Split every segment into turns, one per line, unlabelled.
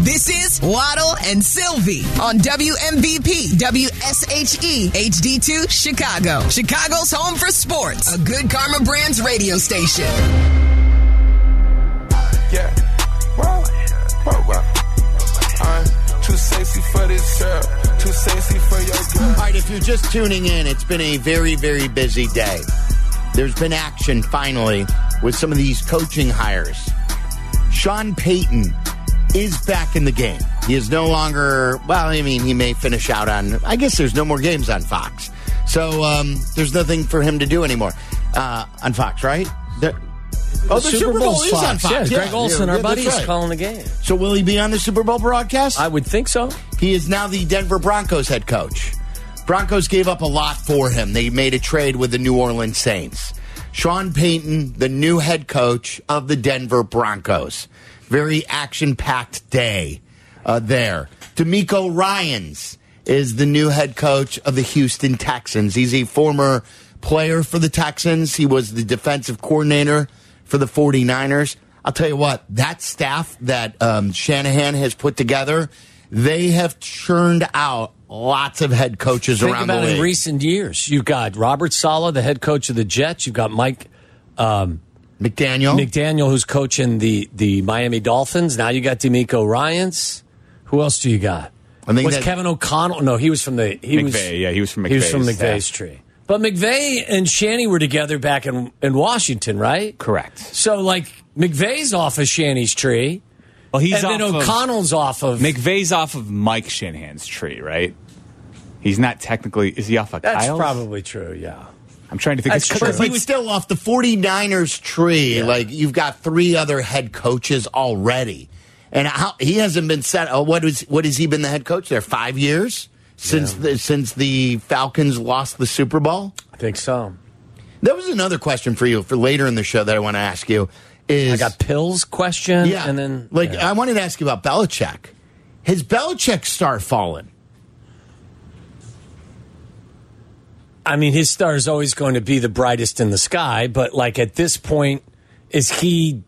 This is Waddle and Sylvie on WMVP WSHE HD2 Chicago, Chicago's home for sports, a good Karma Brands radio station.
Yeah. Wow. Wow, wow. I'm too sexy for this girl. Too sexy for your girl.
All right, if you're just tuning in, it's been a very, very busy day. There's been action finally with some of these coaching hires. Sean Payton is back in the game. He is no longer, well, I mean, he may finish out on, I guess there's no more games on Fox. So um, there's nothing for him to do anymore uh, on Fox, right? There- oh, the, Super, Bowl, is on Fox.
Yeah, Greg Olson,
yeah,
our
yeah,
buddy,
that's
is
right.
calling the game.
So will he be on the Super Bowl broadcast?
I would think so.
He is now the Denver Broncos head coach. Broncos gave up a lot for him. They made a trade with the New Orleans Saints. Sean Payton, the new head coach of the Denver Broncos. Very action packed day uh, there. D'Amico Ryans is the new head coach of the Houston Texans. He's a former player for the Texans, he was the defensive coordinator for the 49ers. I'll tell you what, that staff that um, Shanahan has put together, they have churned out lots of head coaches
Think
around
about
the league.
in recent years. You've got Robert Sala, the head coach of the Jets. You've got Mike um,
McDaniel.
McDaniel, who's coaching the the Miami Dolphins. Now you got D'Amico Ryans. Who else do you got?
I think
was
that-
Kevin O'Connell? No, he was from the he was
McVay, yeah, he was from
he was from
McVay's,
McVay's tree. But McVay and Shanny were together back in in Washington, right?
Correct.
So like McVay's off of Shanny's tree,
Well, he's
and then
off of-
O'Connell's off of
McVeigh's off of Mike Shanahan's tree, right? He's not technically. Is he off of
That's
Kyle's?
probably true. Yeah.
I'm trying to think.
That's
It's-
true.
but
But
he was-
still off the 49ers tree. Like, you've got three other head coaches already. And how, he hasn't been set. Oh, what, is, what has he been the head coach there? Five years? Since the, since the Falcons lost the Super Bowl?
I think so.
That was another question for you for later in the show that I want to ask you. Is
I got pills question,
yeah,
and then
like
yeah.
I wanted to ask you about Belichick. Has Belichick star fallen?
I mean, his star is always going to be the brightest in the sky, but like at this point, is he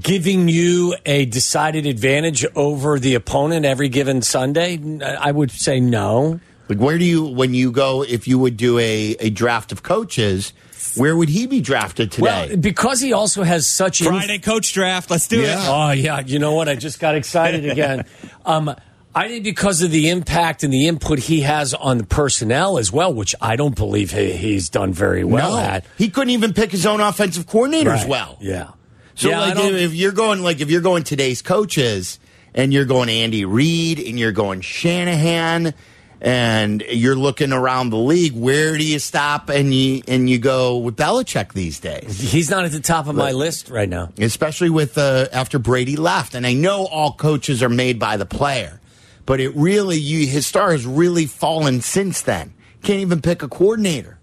giving you a decided advantage over the opponent every given Sunday? N- I would say no.
Like where do you when you go if you would do a, a draft of coaches? Where would he be drafted today?
Well, because he also has such inf-
Friday coach draft. Let's do
Yeah.
it.
Oh yeah, you know what? I just got excited again. Um, I think because of the impact and the input he has on the personnel as well, which I don't believe he, he's done very well
no,
at.
he couldn't even pick his own offensive coordinator as
Right.
well.
Yeah.
So
Yeah, I
like
don't-
if, if you're going like if you're going today's coaches and you're going Andy Reid and you're going Shanahan and you're looking around the league, where do you stop and you and you go with Belichick these days?
he's not at the top of my list right now.
Oh. Especially with uh, after Brady left, and I know all coaches are made by the player, but it really you his star has really fallen since then. Can't even pick a coordinator.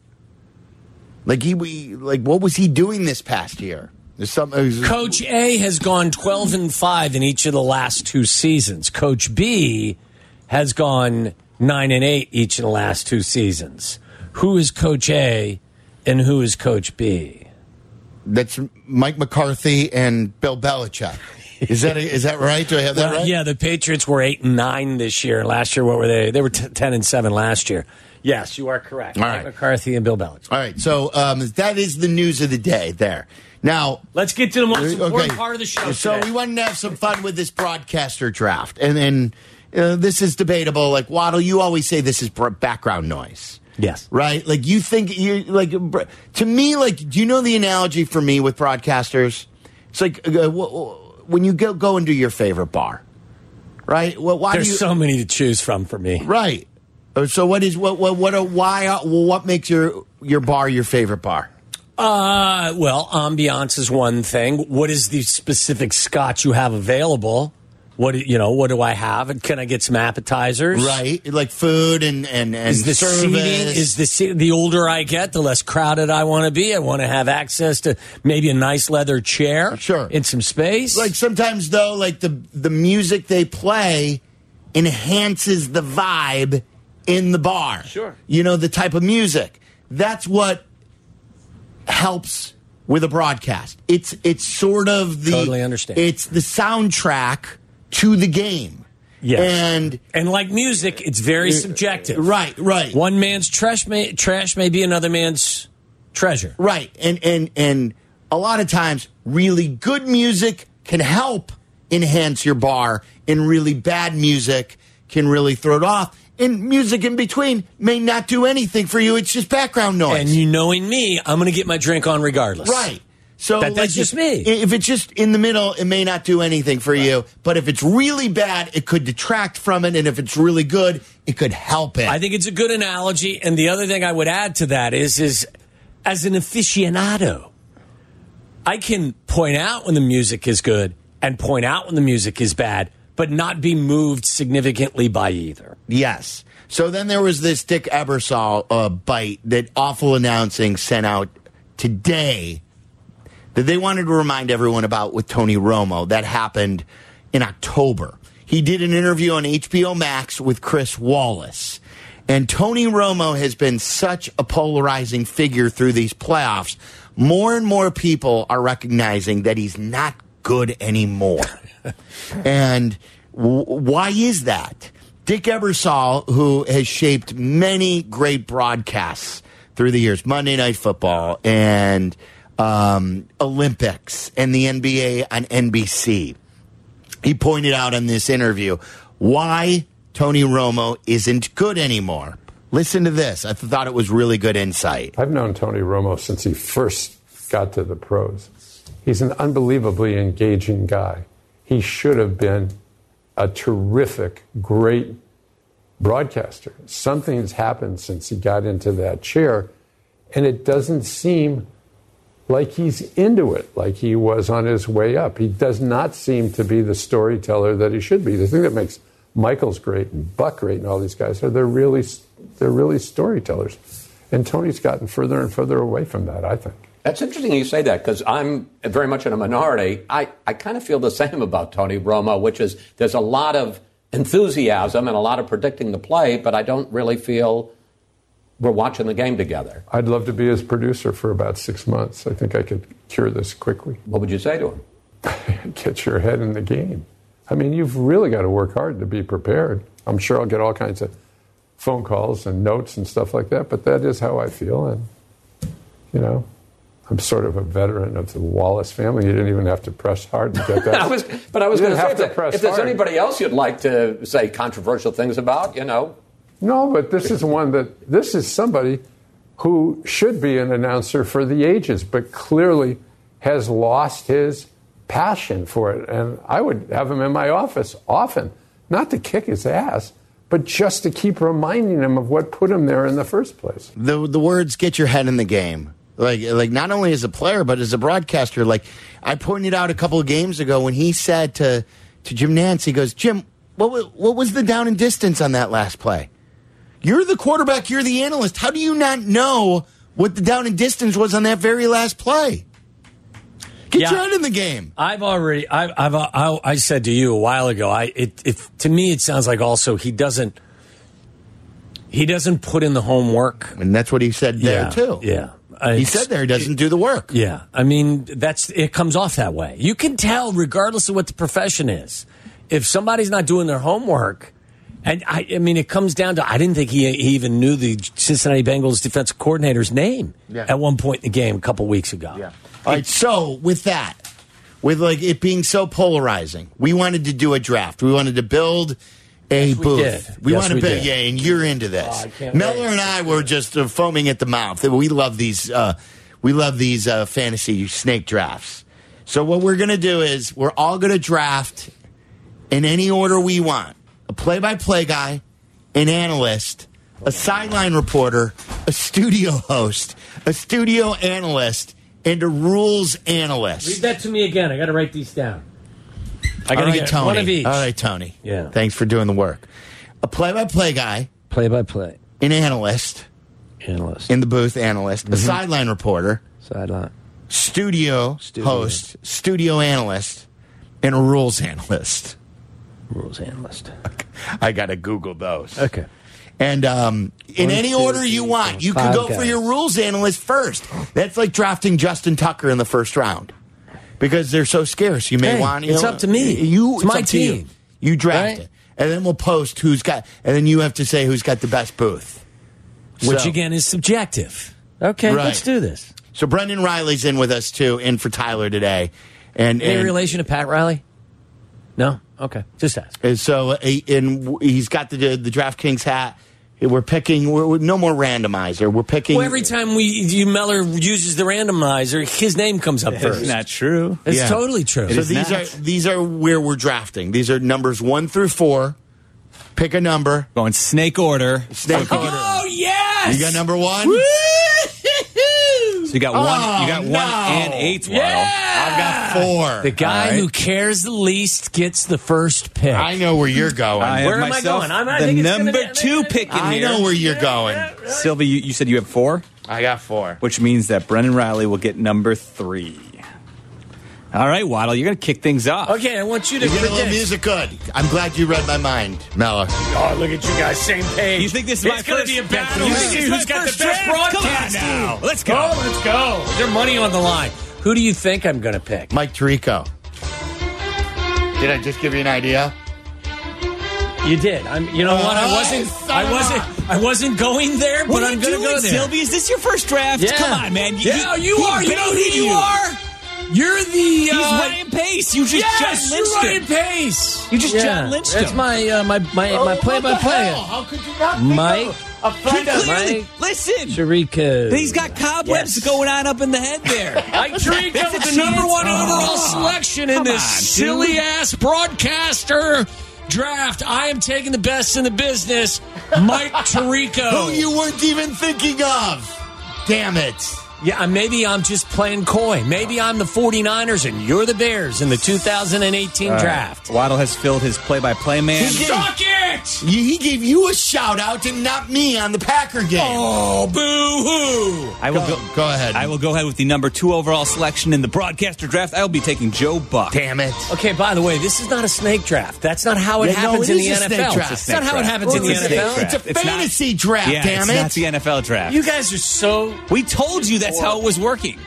Like he, we, like what was he doing this past year? There's some it was-
Coach A has gone 12 and 5 in each of the last two seasons. Coach B has gone 9 and 8 each of the last two seasons. Who is Coach A and who is Coach B?
That's Mike McCarthy and Bill Belichick. Is that is that right? Do I have that
Uh,
right?
Yeah, the Patriots were 8 and 9 this year. Last year, what were they? They were t- 10 and 7 last year. Yes, you are correct.
All
Mike
right.
McCarthy and Bill Belichick.
All right. So um, that is the news of the day. There. Now,
Let's get to the most important
okay.
part of the show.
So
today.
we wanted to have some fun with this broadcaster draft, and then uh, this is debatable. Like Waddle, you always say this is br- background noise.
Yes.
Right? Like you think you like br- to me like do you know the analogy for me with broadcasters? It's like uh, wh- wh- when you go go into your favorite bar. Right? Well, why do
There's
you
so many to choose from for me.
Right. Uh, So what is what what what a, why uh, what makes your your bar your favorite bar?
Uh, well, ambiance is one thing. What is the specific scotch you have available? What do- you know? What do I have? And can I get some appetizers?
Right, like food and and and
Is the
service.
seating? Is the se- the older I get, the less crowded I want to be. I want to have access to maybe a nice leather chair,
Sure.
and some space.
like sometimes though, like the the music they play enhances the vibe in the bar. Sure, you know the type of music. That's what helps with a broadcast. It's it's sort of the
Totally understand.
It's the soundtrack to the game.
Yes.
And Uh,
And like music, it's very subjective.
right, right.
One man's trash may, trash may be another man's treasure.
Right. And and and a lot of times really good music can help enhance your bar and really bad music can really throw it off. And music in between may not do anything for you. It's just background noise.
And you knowing me, I'm going to get my drink on regardless.
Right. So
That- that's
like,
just
if-
me.
If it's just in the middle, it may not do anything for you. But if it's really bad, it could detract from it. And if it's really good, it could help it.
I think it's a good analogy. And the other thing I would add to that is, is as an aficionado, I can point out when the music is good and point out when the music is bad, but not be moved significantly by either.
Yes. So then there was this Dick Ebersol uh, bite that awful announcing sent out today that they wanted to remind everyone about with Tony Romo. That happened in October. He did an interview on HBO Max with Chris Wallace. And Tony Romo has been such a polarizing figure through these playoffs. More and more people are recognizing that he's not good anymore. And w- why is that? Dick Ebersol, who has shaped many great broadcasts through the years, Monday Night Football and um, Olympics and the NBA on NBC, he pointed out in this interview why Tony Romo isn't good anymore. Listen to this. I thought it was really good insight.
I've known Tony Romo since he first got to the pros. He's an unbelievably engaging guy. He should have been a terrific, great broadcaster. Something's happened since he got into that chair, and it doesn't seem like he's into it, like he was on his way up. He does not seem to be the storyteller that he should be. The thing that makes Michael's great and Buck great and all these guys are they're really they're really storytellers. And Tony's gotten further and further away from that, I think.
That's interesting you say that because I'm very much in a minority. I, I kind of feel the same about Tony Romo, which is there's a lot of enthusiasm and a lot of predicting the play, but I don't really feel we're watching the game together.
I'd love to be his producer for about six months. I think I could cure this quickly.
What would you say to him?
Get your head in the game. I mean, you've really got to work hard to be prepared. I'm sure I'll get all kinds of phone calls and notes and stuff like that, but that is how I feel. And, you know, I'm sort of a veteran of the Wallace family. You didn't even have to press hard to get that.
I was, but I was
You didn't
going say
have
if,
to
there-
press
if there's
hard.
anybody else you'd like to say controversial things about, you know,
No, but this is one that this is somebody who should be an announcer for the ages, but clearly has lost his passion for it. And I would have him in my office often, not to kick his ass, but just to keep reminding him of what put him there in the first place.
the the words get your head in the game. Like like not only as a player but as a broadcaster. Like I pointed out a couple of games ago when he said to to Jim Nance, he goes, Jim, what wa- what was the down and distance on that last play? You're the quarterback. You're the analyst. How do you not know what the down and distance was on that very last play? Get
Yeah.
your head in the game.
I've already, I've, I've, uh, I, I said to you a while ago. I, it, it, to me, it sounds like also he doesn't, he doesn't put in the homework
And that's what he said there
yeah,
too.
Yeah,
He
It's-
said there he doesn't do the work.
Yeah, I mean that's it comes off that way. You can tell, regardless of what the profession is, if somebody's not doing their homework. And I, I mean, it comes down to I didn't think he, he even knew the Cincinnati Bengals defensive coordinator's name
Yeah.
at one point in the game a couple weeks ago.
All right. So with that, with like it being so polarizing, we wanted to do a draft. We wanted to build a
we
booth.
did.
We
Yes,
wanted
we
to build.
did.
Yeah, and you're into
Oh,
this.
I can't
Miller
wait.
and I were just uh, foaming at the mouth. We love these. Uh, we love these uh, fantasy snake drafts. So what we're gonna do is we're all gonna draft in any order we want. A play-by-play guy, an analyst, a sideline reporter, a studio host, a studio analyst, and a rules analyst.
that to me again. I got to write these down. I
All
got to
right,
get
Tony.
one of each.
All right, Tony.
Yeah.
Thanks for doing the work. A play-by-play guy,
Play by play
an analyst
analyst Mm-hmm.
in the booth, analyst, a sideline reporter,
sideline.
studio, host, studio analyst, and a rules analyst.
Rules analyst.
I gotta Google those.
Okay.
And um, in any order you want, you can
Five
go for
guys.
your rules analyst first. That's like drafting Justin Tucker in the first round because they're so scarce. You may
Hey,
want. you
it's
know,
up to me.
You,
It's my
up to you.
team.
You draft
Right.
it, and then we'll post who's got, and then you have to say who's got the best booth.
which
So-
again is subjective. Okay,
Right.
let's do this.
So Brendan Riley's in with us too, in for Tyler today, and,
Any
and
relation to Pat Riley? No. Okay, just ask.
And so, uh, he- and w- he's got the the DraftKings hat. We're picking. We're, we're- no more randomizer. We're picking.
Well, every time we you Meller uses the randomizer, his name comes up
That's
first.
not true.
It's
Yeah.
totally true.
so
is
these
not.
are these are where we're drafting. These are numbers one through four. Pick a number.
Going snake order.
Snake order.
oh yes,
You got number one.
Woo-hoo-hoo!
So you got one. you got
Oh,
one
no.
and eight. Wow.
Yeah.
I've got four.
The guy
All right.
who cares the least gets the first pick.
I know where you're going.
I
I,
have
Where am I
myself
going? I'm- I
the
think it's gonna
number
be- I think
two
it's-
pick in here.
know where you're going.
Sylvie, you, you said you have four,
I got four.
which means that Brendan Riley will get number three. All right, Waddle, you're going to kick things off.
Okay, I want you to
Get a little
predict.
music good. I'm glad you read my mind, Mella.
Oh, look at you guys, same page.
You think this is
it's
my
gonna
first
be a
draft
battle? You
of the
think
week?
it's
This
who's
is
got
my
the
first
best
draft. Come on
broadcast
now.
team?
Let's go.
Oh, let's go. Is there money on the line? Who do you think I'm going to pick?
Mike Tirico. Did I just give you an idea?
You did. I'm. You know what? I
Uh,
Oh,
wasn't.
son
I
of a-
wasn't. I wasn't going there, but
What are
I'm
you
going to
doing,
go there.
Sylvie? Is this your first draft?
Yeah.
Come on, man.
yeah, you
he
are. You know who
baited
you, are. You're the.
He's
uh,
Ryan Pace. You just
Yes,
John lynched
you're Ryan
him.
Pace.
You just
yeah.
John Oh, lynched
That's
him.
my uh, my my my play by play.
How could you not
think Mike- of
a
He
friend
clearly-
Mike-
Listen,
Jericho.
he's got cobwebs
Yes.
going on up in the head there.
Mike Tirico
That's a
with the number
chance.
one
Oh,
overall selection in
come
this
on, dude.
silly ass broadcaster draft. I am taking the best in the business, Mike Tirico.
Who you weren't even thinking of. Damn it.
Yeah, uh, maybe I'm just playing coy. Maybe I'm the 49ers and you're the Bears in the 2018 draft.
Waddle has filled his play-by-play man.
He gave,
Suck it!
you- he gave you a shout out and not me on the Packer game.
Oh, boo hoo!
I will go.
go ahead.
I will go ahead with the number two overall selection in the broadcaster draft. I will be taking Joe Buck.
Damn it.
Okay, by the way, this is not a snake draft. That's not how it
Yeah, no,
happens
it
in
is
the
a
NFL.
snake draft.
It's
It's
a
not
snake
how it
draft.
happens in
Well,
the
it's a snake
NFL.
draft.
It's a
It's not-
fantasy draft,
yeah,
damn it.
it's not the NFL draft.
You guys are so.
we told you that's how it was working.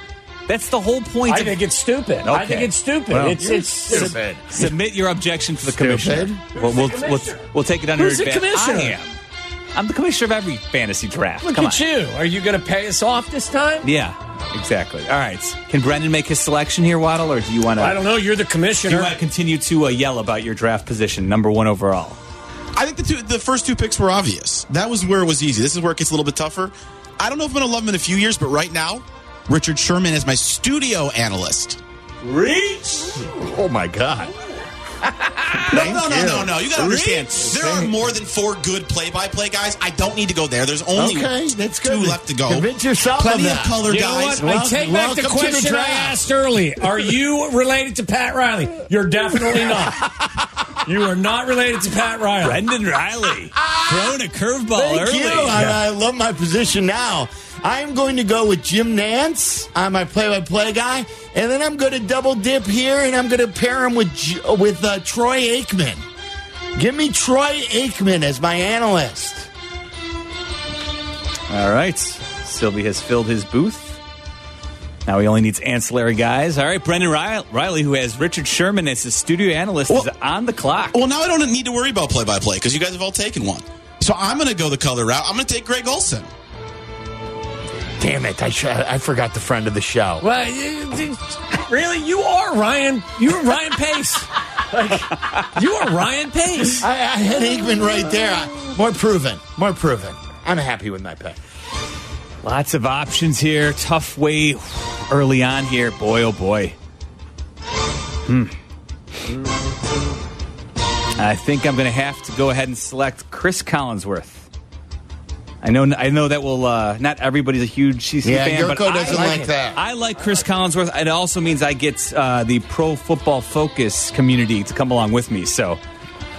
That's the whole point.
I
of
think it's stupid. I
Okay.
think it's stupid.
Well,
it's
you're
it's
stupid.
Submit your objection to the
Stupid.
commissioner. We'll, we'll, we'll, we'll take it under
Who's the
advan-
commissioner?
I am. I'm the commissioner of every fantasy draft.
Look
Come
at
on.
you. Are you going to pay us off this time?
Yeah, exactly. All right. Can Brendan make his selection here, Waddle, or do you want to?
I don't know. You're the
Do you
commissioner.
want to continue to uh, yell about your draft position, number one overall?
I think the two, the first two picks were obvious. That was where it was easy. This is where it gets a little bit tougher. I don't know if I'm going to love him in a few years, but right now, Richard Sherman is my studio analyst.
Oh my God.
No, no, no, no, no. You got to
Really?
understand. There are more than four good play-by-play guys. I don't need to go there. There's only
Okay, that's good.
two left to go.
Convince yourself
Plenty
of
of,
that.
color
You know
guys.
what? I take back the
welcome to the
question I
draft.
asked early. Are you related to Pat Riley? You're definitely not. You are not related to Pat Riley.
Brendan Riley throwing a curveball
Thank
early.
you. I, I love my position now. I am going to go with Jim Nance. I'm my play-by-play guy, and then I'm going to double dip here, and I'm going to pair him with J- with uh, Troy Aikman. Give me Troy Aikman as my analyst.
All right. Sylvie has filled his booth. Now he only needs ancillary guys. All right, Brendan Ri- Riley, who has Richard Sherman as his studio analyst, is on the clock.
Well, now I don't need to worry about play-by-play because you guys have all taken one. So I'm going to go the color route. I'm going to take Greg Olson.
Damn it! I sh- I forgot the friend of the show.
Well, you- you- really, you are Ryan. You're Ryan Pace. Like, you are Ryan Pace.
I, I had Aikman right there. I- more proven. More proven. I'm happy with my pick.
Lots of options here. Tough way early on here. Boy, oh boy. Hmm. I think I'm going to have to go ahead and select Chris Collinsworth. I know, I know that will. Uh, not everybody's a huge CC
Yeah,
fan, but
Yurko
I
doesn't like that.
I like Chris Collinsworth. It also means I get uh, the Pro Football Focus community to come along with me. So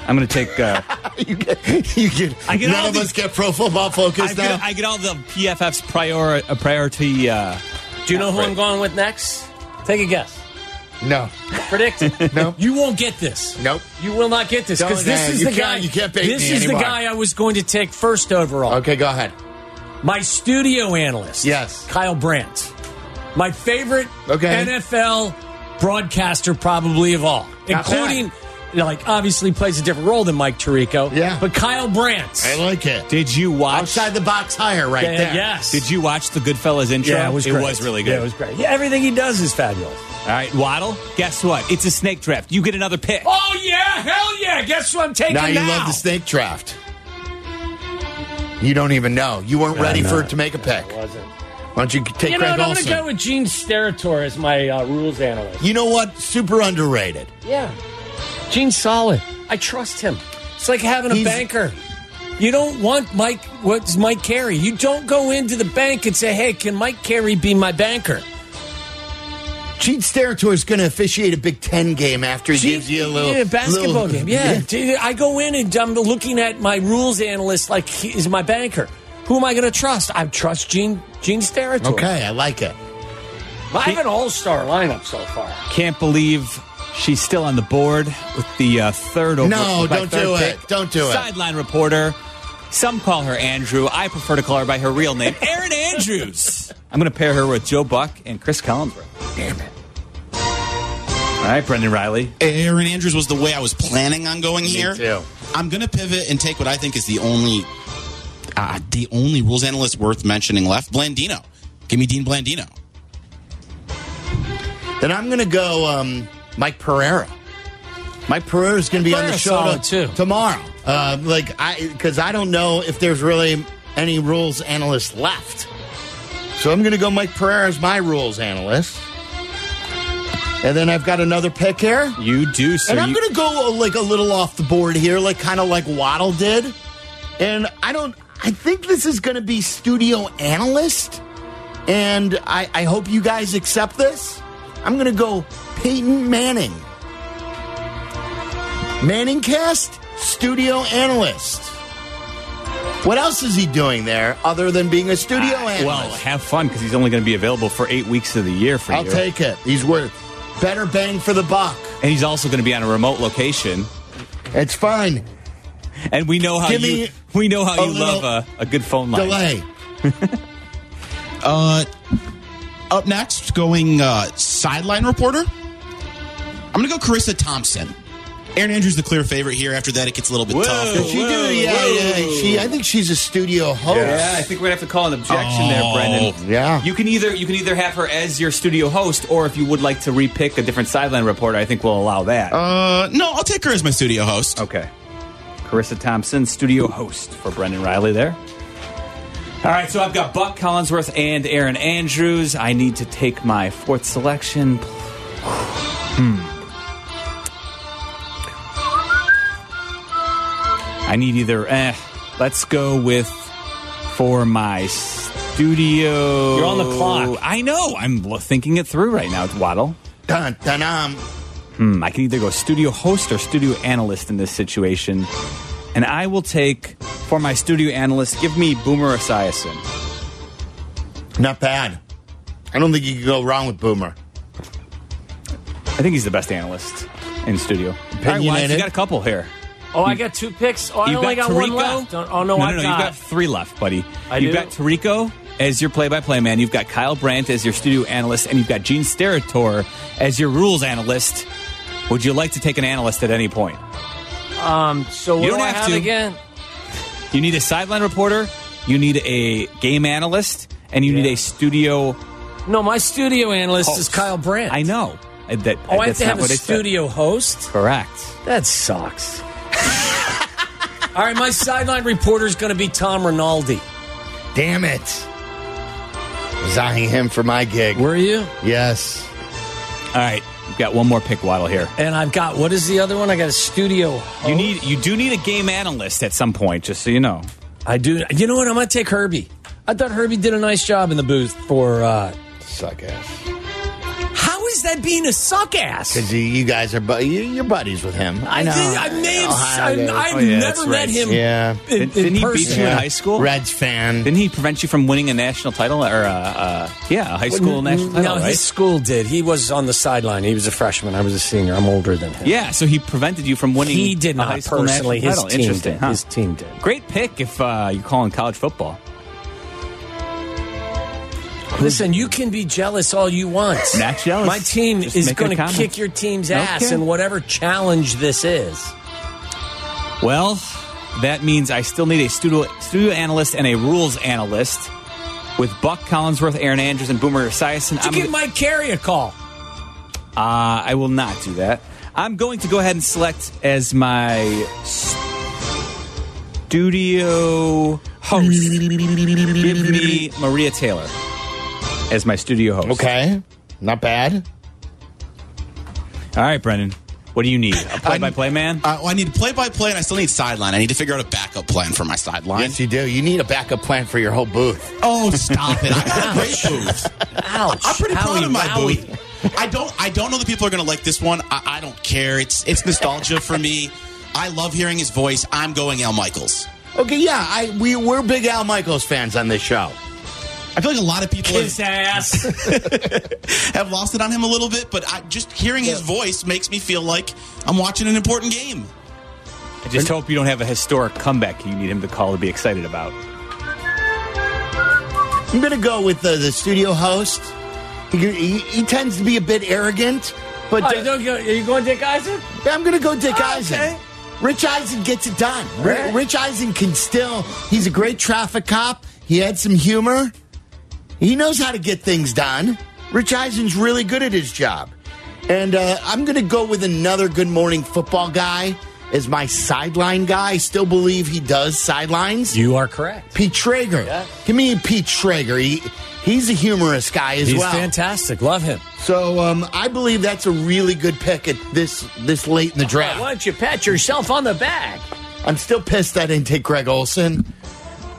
I'm going to take. Uh,
you get, you get,
I get
none
all
of
the-
us get pro football
I,
focused now.
get, I get all the PFF's prior, uh, priority. Uh,
Do you know who I'm going with next? Take a guess.
no,
Predict it.
Nope.
You won't get this.
Nope.
You will not get this because
Don't,
this
uh,
is
you
the
can't-
guy.
you can't bait
this
me
is
anymore.
the guy I was going to take first overall.
Okay, go ahead.
My studio analyst.
Yes.
Kyle Brandt. My favorite
Okay.
NFL broadcaster probably of all,
Not
including like obviously plays a different role than Mike Tirico.
Yeah.
but Kyle Brantz.
I like it.
Did you watch?
Outside the box higher right
Yeah,
there.
Yes.
Did you watch the Goodfellas intro?
Yeah, it was. great.
really good.
Yeah, it was great. Yeah, everything he does is fabulous.
All right, Waddle. Guess what? It's a snake draft. You get another pick.
Oh yeah, hell yeah! Guess what I'm taking
Now
now?
you love the snake draft. You don't even know. You weren't ready for it to make a pick. Why don't you take
You know, what,
Greg
I'm going to
Olson?
go with Gene Steratore as my uh, rules analyst.
you know what? Super underrated.
Yeah, Gene's solid. I trust him. It's like having a
He's-
banker. You don't want Mike. What's Mike Carey? You don't go into the bank and say, "Hey, can Mike Carey be my banker?"
Gene Steratore is going to officiate a Big Ten game after he gives you a little
yeah, basketball
little-
game. Yeah. Dude, I go in and I'm looking at my rules analyst like he is my banker. Who am I going to trust? I trust Gene Gene Steratore.
Okay, I like it.
I have an all star lineup so far.
Can't believe she's still on the board with the uh, third over.
No,
by
don't
third
do it.
pick.
Don't do it.
Sideline reporter. Some call her Andrew. I prefer to call her by her real name, Erin Andrews. I'm going to pair her with Joe Buck and Chris Collinsworth. Damn it. All right, Brendan Riley.
Aaron Andrews was the way I was planning on going here.
too.
I'm going to pivot and take what I think is the only, uh, the only rules analyst worth mentioning left. Blandino, give me Dean Blandino.
Then I'm going to go um, Mike Pereira. Mike Pereira is going to be on the
Pereira's
show
solid,
to-
too.
tomorrow. Uh, like I, because I don't know if there's really any rules analyst left. So I'm going to go Mike Pereira as my rules analyst. And then I've got another pick here.
You do so.
and I'm
you-
going to go uh, like a little off the board here, like kind of like Waddle did. And I don't. I think this is going to be studio analyst, and I, I hope you guys accept this. I'm going to go Peyton Manning. Manning cast studio analyst. What else is he doing there other than being a studio analyst?
Ah, Uh, well, have fun because he's only going to be available for eight weeks of the year for
I'll
you.
take it. He's worth better bang for the buck.
and he's also going to be on a remote location.
It's fine.
And we know how
Give
you
me
we know how
a
you
little
love a, a good phone line.
Delay.
Uh, up next, going uh, sideline reporter. I'm going to go Carissa Thompson. Aaron Andrews the clear favorite here. After that, it gets a little bit
Whoa.
tough.
She
Whoa,
do, yeah,
whoa.
yeah. She, I think she's a studio host.
Yeah, I think we'd have to call an objection there,
Oh,
Brendan.
yeah.
you can either you can either have her as your studio host, or if you would like to repick a different sideline reporter, I think we'll allow that.
Uh, no, I'll take her as my studio host.
okay, Carissa Thompson, studio host for Brendan Riley there. All right, so I've got Buck Collinsworth and Aaron Andrews. I need to take my fourth selection. Hmm. I need either. Eh, let's go with for my studio.
You're on the clock.
I know. I'm lo- thinking it through right now. It's Waddle.
Dun, dun, um.
Hmm, I can either go studio host or studio analyst in this situation. And I will take for my studio analyst. Give me Boomer Esiason.
Not bad. I don't think you could go wrong with Boomer.
I think he's the best analyst in studio. All right, Wise,
Opinionated.
you got a couple here.
Oh, I got two picks. Oh, I
You've
only
got
got one
Tirico.
left. Oh, oh, no,
no,
I've
no,
got.
You've got three left, buddy.
I
you've
do?
got Tarico as your play-by-play man. You've got Kyle Brandt as your studio analyst, and you've got Gene Steratore as your rules analyst. Would you like to take an analyst at any point?
Um, so what
You
do
don't
I
have
have
to.
again?
You need a sideline reporter. You need a game analyst, and you need a studio.
No, my studio analyst is
host.
Kyle Brandt.
I know. I- That,
Oh, I have
that's
to
not
have a
what it said.
studio host.
Correct.
That sucks. All right, my sideline reporter is going to be Tom Rinaldi.
Damn it. Was eyeing him for my gig.
Were you?
yes.
All right, you've got one more pick waddle here.
And I've got what is the other one? I got a studio.
You need you do need a game analyst at some point, just so you know.
I do. You know what? I'm going to take Herbie. I thought Herbie did a nice job in the booth for. uh
Suck ass.
How is that being a suck ass?
Because you, you guys are bu- you, you're buddies with him. I know.
did- I may have.
Ohio
I,
guy.
I've
Oh, yeah,
never
that's
met
right.
him.
Yeah.
In, in
Didn't- didn't he beat
person.
you in high school?
Reds fan.
Didn't he prevent you from winning a national title or uh, uh, yeah, a high school national title,
No,
right?
his school did. He was on the sideline. He was a freshman. I was a senior. I'm older than him.
yeah, so he prevented you from winning.
He did
a high
not
school national
personally. His
title.
team
Interesting,
did.
huh?
His team did.
Great pick if uh, you're calling college football.
Listen, you can be jealous all you want.
Not jealous.
My team
Just
is
making a
going to
comment.
kick your team's
Okay.
ass in whatever challenge this is.
Well, that means I still need a studio, studio analyst and a rules analyst with Buck Collinsworth, Aaron Andrews, and Boomer Esiason.
To
I'm
give
gonna-
Mike Carey a call.
uh, I will not do that. I'm going to go ahead and select as my studio host. Give me Maria Taylor as my studio host.
Okay. Not bad.
All right, Brendan. What do you need? A play-by-play man?
Uh, well, I need play by play, and I still need sideline. I need to figure out a backup plan for my sideline.
Yes, you do. You need a backup plan for your whole booth.
Oh, stop it! I got a great booth.
Ouch.
I'm pretty proud
Howie,
of my
wowie.
booth. I don't. I don't know that people are going to like this one. I, I don't care. It's it's nostalgia for me. I love hearing his voice. I'm going Al Michaels.
Okay, yeah, I we we're big Al Michaels fans on this show.
I feel like a lot of people
His
have,
ass.
have lost it on him a little bit, but I, just hearing his voice makes me feel like I'm watching an important game.
I just hope you don't have a historic comeback you need him to call to be excited about.
I'm gonna go with uh, the, the studio host. He, he, he tends to be a bit arrogant, but uh,
Oh, you don't go- are you going Dick Eisen?
I'm going to go Dick
Oh,
Eisen.
okay.
Rich Eisen gets it done. Ri- Rich Eisen can still, he's a great traffic cop. He had some humor. He knows how to get things done. Rich Eisen's really good at his job. And uh, I'm going to go with another Good Morning Football guy as my sideline guy. I still believe he does sidelines.
You are correct.
Pete Traeger. Give me Pete Traeger. He, he's a humorous guy as
He's
well.
fantastic. Love him.
So um, I believe that's a really good pick at this this late in the draft.
Why don't you pat yourself on the back?
I'm still pissed I didn't take Greg Olson,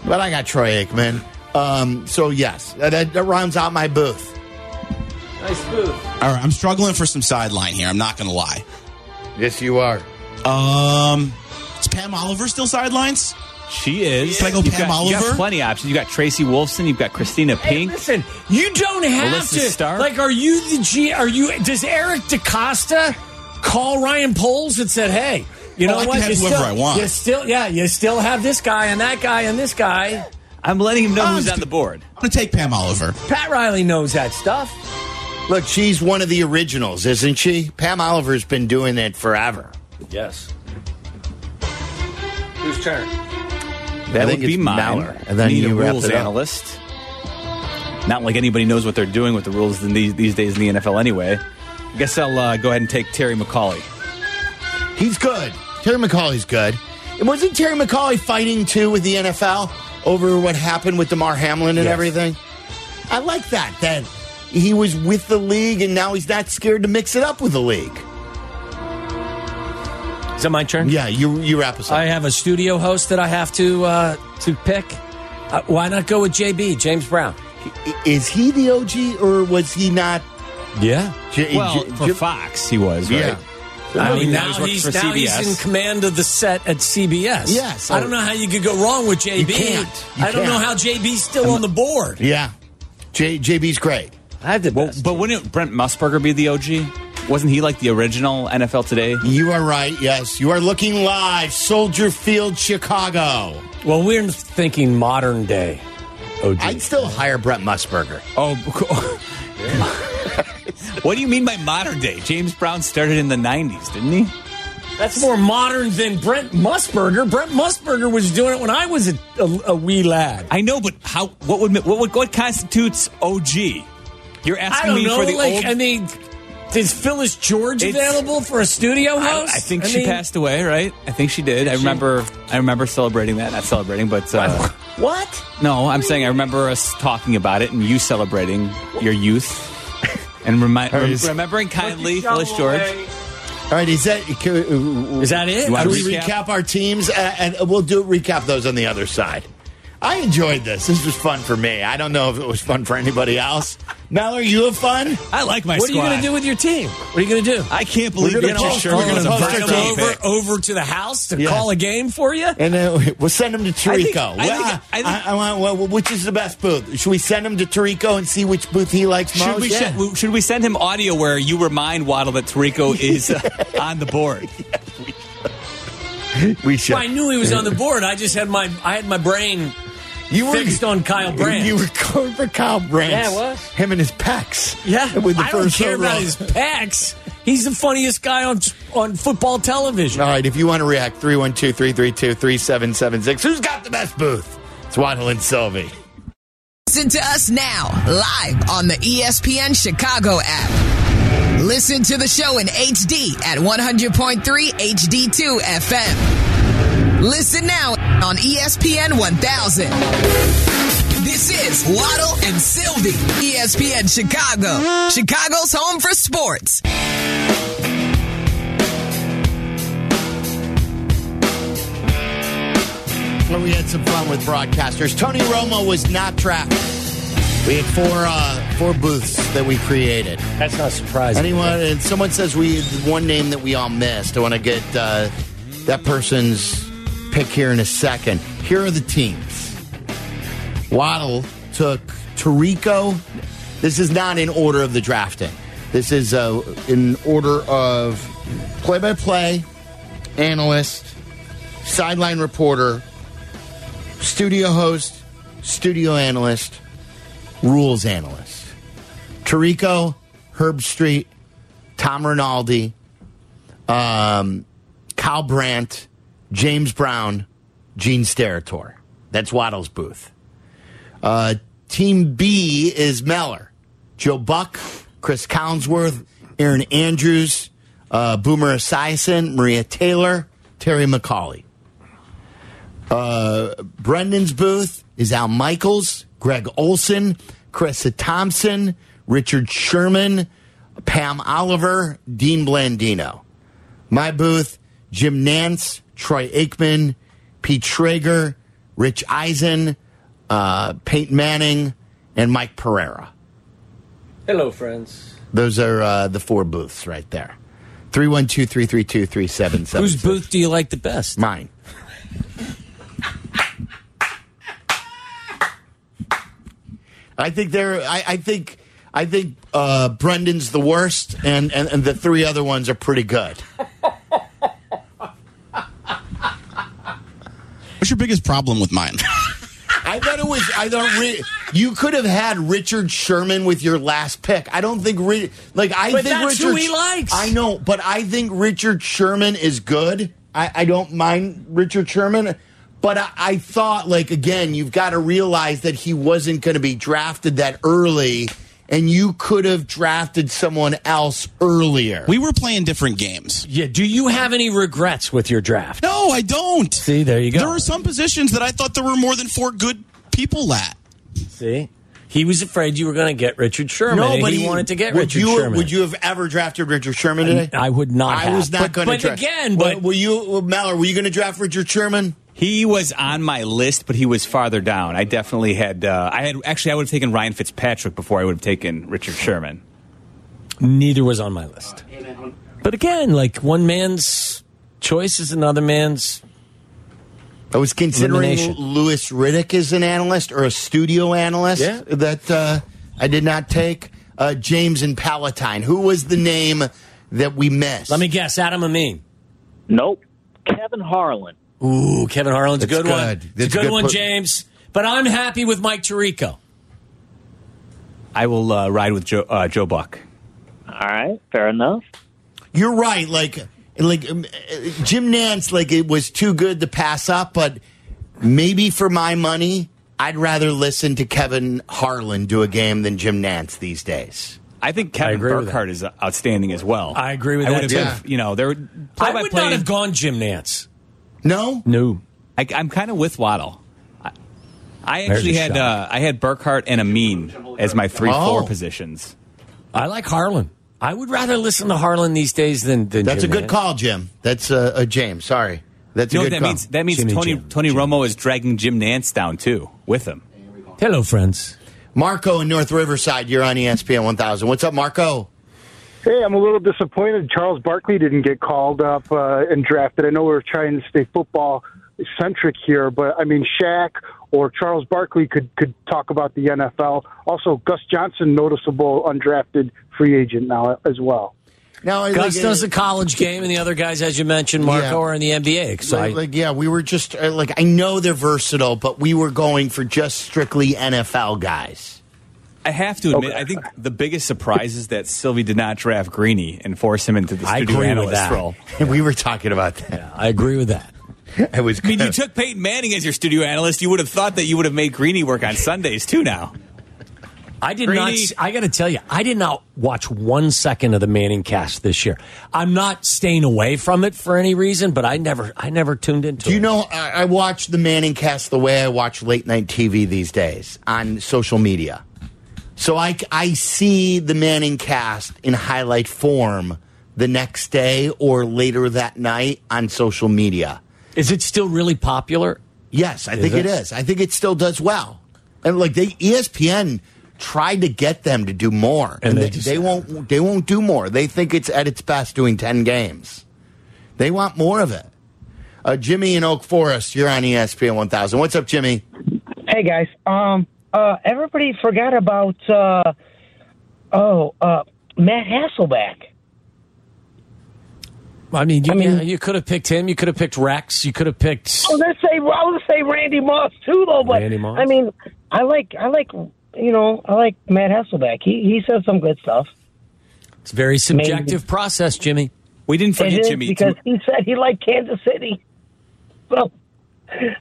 but I got Troy Aikman. Um, so yes, that, that rounds out my booth.
Nice booth.
All right, I'm struggling for some sideline here. I'm not going to lie.
Yes, you are.
Um, is Pam Oliver still sidelines?
She is.
Can I go
you've
Pam
got, You
Oliver?
got plenty of options. You got Tracy Wolfson. You've got Christina
Hey,
Pink.
listen, you don't have
Melissa
to.
Stark?
Like, are you the G? Are you? Does Eric DaCosta call Ryan Poles and said, "Hey, you
Oh,
know
I can
what?
have
you
whoever
still,
I want."
you still, yeah, you still have this guy and that guy and this guy."
I'm letting him know
Oh,
who's
it's-
on the board.
I'm going to take Pam Oliver.
Pat Riley knows that stuff.
Look, she's one of the originals, isn't she? Pam Oliver's been doing it forever.
Yes. Whose turn?
That
I think
would be
it's
mine.
Mauer, and then
Need
you
a
wrap
rules
it up.
analyst. Not like anybody knows what they're doing with the rules in these, these days in the NFL anyway. Guess I'll uh, go ahead and take Terry McCauley.
He's good. Terry McCauley's good. And wasn't Terry McCauley fighting too with the NFL over what happened with DeMar Hamlin and everything? I like that. That he was with the league and now he's not scared to mix it up with the league.
Is it my turn?
Yeah, you you wrap us up.
I have a studio host that I have to uh, to pick. Uh, why not go with JB James Brown?
I- Is he the OG or was he not?
Yeah.
J-
Well,
J-
for
J-
Fox, he was. Right?
yeah.
I mean,
he
now,
always works
he's,
for
now he's
CBS.
in command of the set at CBS.
Yeah, so-
I don't know how you could go wrong with JB.
You can't. You
I don't know
can't.
how JB's still on the board.
yeah. J, JB's great.
I have the
Well, but wouldn't Brent Musburger be the OG? Wasn't he like the original NFL Today?
You are right. Yes, you are looking live, Soldier Field, Chicago.
well, we're thinking modern day. OG.
I'd still hire Brett Musburger.
Oh, what do you mean by modern day? James Brown started in the '90s, didn't he?
That's more modern than Brent Musburger. Brent Musburger was doing it when I was a, a, a wee lad.
I know, but how? What would what would, what constitutes OG? You're
I
asking
don't
me
know.
for the
like,
old.
I mean, is Phyllis George
It's-
available for a studio
I,
house?
I think
I
she
mean,
passed away, right? I think she did. I remember. I remember celebrating that. Not celebrating, but uh,
What?
no, I'm saying I remember us talking about it and you celebrating your youth and remi- rem- remembering kindly Phyllis George.
All right, is that can,
Is that it?
You want
Should
to
we
recap?
recap our teams, uh, and we'll do recap those on the other side. I enjoyed this. This was fun for me. I don't know if it was fun for anybody else. Mallory, you have fun?
I like my
What are you
squad.
going to do with your team? What are you going to do?
I can't believe
gonna
you know,
post-
sure
we're
it was
gonna
a
post
Broncos
it up.
pick.
over over to the house to
Yeah.
call a game for you.
And uh, we'll send him to
I think- I think-
Tarico. Well,
I think-
I- I want- well, which is the best booth? Should we send him to Tarico and see which booth he likes most?
Should we,
Yeah.
should, should we send him audio where you remind Waddle that Tarico is uh, on the board?
we should.
I knew he was on the board. I just had my I had my brain
You were-
fixed on Kyle Brandt.
You were going for Kyle Brandt.
Yeah, I was.
Him and his pecs.
yeah,
With the
I don't
first
care
overall.
about his pecs. He's the funniest guy on on football television.
All right, if you want to react, 312 332 3776. Who's got the best booth? It's Waddle and Sylvie.
Listen to us now, live on the E ESPN Chicago app. Listen to the show in HD at 100.3 HD2 FM. Listen now on E ESPN 1000. This is Waddle and Sylvie, E ESPN Chicago, Chicago's home for sports.
Where we had some fun with broadcasters. Tony Romo was not trapped. We had four uh, four booths that we created.
That's not surprising.
Anyone? And someone says we one name that we all missed. I want to get uh, that person's pick here in a second. Here are the teams. Waddle took Tarico. This is not in order of the drafting. This is uh, in order of play-by-play, analyst, sideline reporter, studio host, studio analyst, rules analyst. Tarico, Herb Street, Tom Rinaldi, um, Kyle Brandt, James Brown, Gene Steratore. That's Waddle's booth. Uh, team B is Meller, Joe Buck, Chris Collinsworth, Aaron Andrews, uh, Boomer Esiason, Maria Taylor, Terry McCauley. Uh, Brendan's booth is Al Michaels, Greg Olson, Carissa Thompson, Richard Sherman, Pam Oliver, Dean Blandino. My booth, Jim Nance, Troy Aikman, Pete Schrager, Rich Eisen, uh, Peyton Manning, and Mike Pereira.
Hello, friends.
Those are uh, the four booths right there. 312 332
Whose booth do you like the best?
Mine. I think they're. I, I think. I think uh, Brendan's the worst, and, and, and the three other ones are pretty good.
What's your biggest problem with mine?
I thought it was. I thought Ri- you could have had Richard Sherman with your last pick. I don't think. Ri- like I
But
think
that's who
Richard.
he likes.
I know, but I think Richard Sherman is good. I, I don't mind Richard Sherman, but I, I thought like again, you've got to realize that he wasn't going to be drafted that early, and you could have drafted someone else earlier.
we were playing different games.
Yeah. Do you have any regrets with your draft?
No, I don't.
See, there you go.
There are some positions that I thought there were more than four good people at.
See, he was afraid you were going to get Richard Sherman. and he wanted to get
would
Richard
you,
Sherman.
Would you have ever drafted Richard Sherman today?
I would not
I
have.
was not
But-
going to.
but again, but-
were you, well, Mallor? Were you going to draft Richard Sherman?
He was on my list, but he was farther down. I definitely had. Uh, I had actually. I would have taken Ryan Fitzpatrick before I would have taken Richard Sherman.
Neither was on my list. But again, like one man's choice is another man's.
I was considering
Elimination.
Lewis Riddick as an analyst or a studio analyst
Yeah.
that uh, I did not take. Uh, James and Palatine. Who was the name that we missed?
Let me guess, Adam Amin.
Nope. Kevin Harlan.
Ooh, Kevin Harlan's
That's
a good, one.
good.
It's
That's
a good,
good
one,
put-
James. But I'm happy with Mike Tirico.
I will uh, ride with Joe, uh, Joe Buck.
All right. Fair enough.
You're right. Like like um, uh, Jim Nance. Like it was too good to pass up. But maybe for my money, I'd rather listen to Kevin Harlan do a game than Jim Nance these days.
I think Kevin
agree with that.
Burkhardt is uh, outstanding as well.
I agree with
I
that,
would
too.
have, you know, there play
I
by
would
play.
not have gone Jim Nance.
No,
No.
I, I'm kind of with Waddle. I, I
There's
actually
a
had uh,
shot.
I had Burkhardt and Amin as my three
Oh.
four positions.
uh, I like Harlan. I would rather listen to Harlan these days than, than
that's
Jim
a good
Nance.
call, Jim. That's uh, a James. Sorry, that's a
No,
good
that
call.
means that means
Jimmy
Tony
Jim,
Tony Romo is dragging Jim Nance down too with him.
Hello, friends.
Marco in North Riverside, you're on E ESPN 1000. What's up, Marco?
Hey, I'm a little disappointed Charles Barkley didn't get called up uh, and drafted. I know we're trying to stay football centric here, but I mean Shaq or Charles Barkley could could talk about the NFL. Also, Gus Johnson, noticeable undrafted free agent now as well.
Now, I-
Gus
like,
does
uh,
the college game, and the other guys, as you mentioned, Marco,
Yeah.
are in the NBA. So
like,
I-
like, yeah, we were just uh, like I know they're versatile, but we were going for just strictly NFL guys.
I have to admit, I think the biggest surprise is that Sylvie did not draft Greeny and force him into the
I
studio
agree with
analyst
that.
role.
we were talking about that.
I agree with that.
I was.
I mean, you took Peyton Manning as your studio analyst. You would have thought that you would have made Greeny work on Sundays too. Now,
I did
Greeny.
not. s- I got to tell you, I did not watch one second of the Manning cast this year. I'm not staying away from it for any reason, but I never, I never tuned into
Do
it.
you know, I, I watch the Manning cast the way I watch late night TV these days on social media. So I, c- I see the Manning cast in highlight form the next day or later that night on social media.
Is it still really popular?
Yes, I think
it?
it is. I think it still does well. And like they E ESPN tried to get them to do more,
And
and,
they
they,
just-
they won't. They won't do more. They think it's at its best doing ten games. They want more of it. Uh, Jimmy in Oak Forest, you're on E ESPN 1000. What's up, Jimmy?
Hey guys, um, uh, everybody forgot about uh, oh uh, Matt Hasselback.
I mean, you,
I mean-
yeah, you could have picked him. You could have picked Rex. You could have picked.
I was gonna say I was gonna say Randy Moss too, though. But
Randy Moss?
I mean, I like I like you know I like Matt Hasselback. He he says some good stuff.
It's a very subjective process, Jimmy.
we didn't
It
forget
is
Jimmy.
because he said he liked Kansas City. So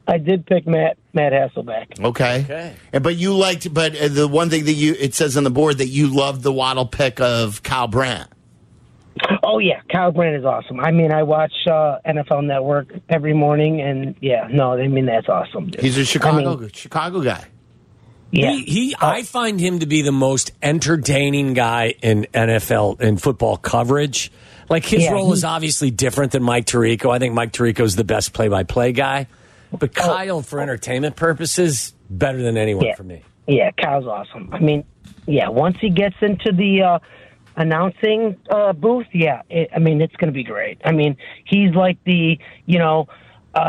I did pick Matt Matt Hasselback.
Okay. Okay. And, but you liked, but uh, the one thing that you it says on the board that you loved the Waddle pick of Kyle Brandt.
Oh yeah, Kyle Brandt is awesome. I mean, I watch uh, NFL Network every morning, and yeah, no, I mean that's awesome. Dude.
He's a Chicago
I mean,
Chicago guy.
yeah.
He, he I find him to be the most entertaining guy in NFL and football coverage. Like his
Yeah,
role
he-
is obviously different than Mike Tirico. I think Mike Tirico's the best play-by-play guy, but Kyle, for entertainment purposes, better than anyone
Oh. Yeah.
for me.
Yeah, Kyle's awesome. I mean, yeah, once he gets into the uh, announcing uh, booth, yeah, it, I mean, it's going to be great. I mean, he's like the, you know, uh,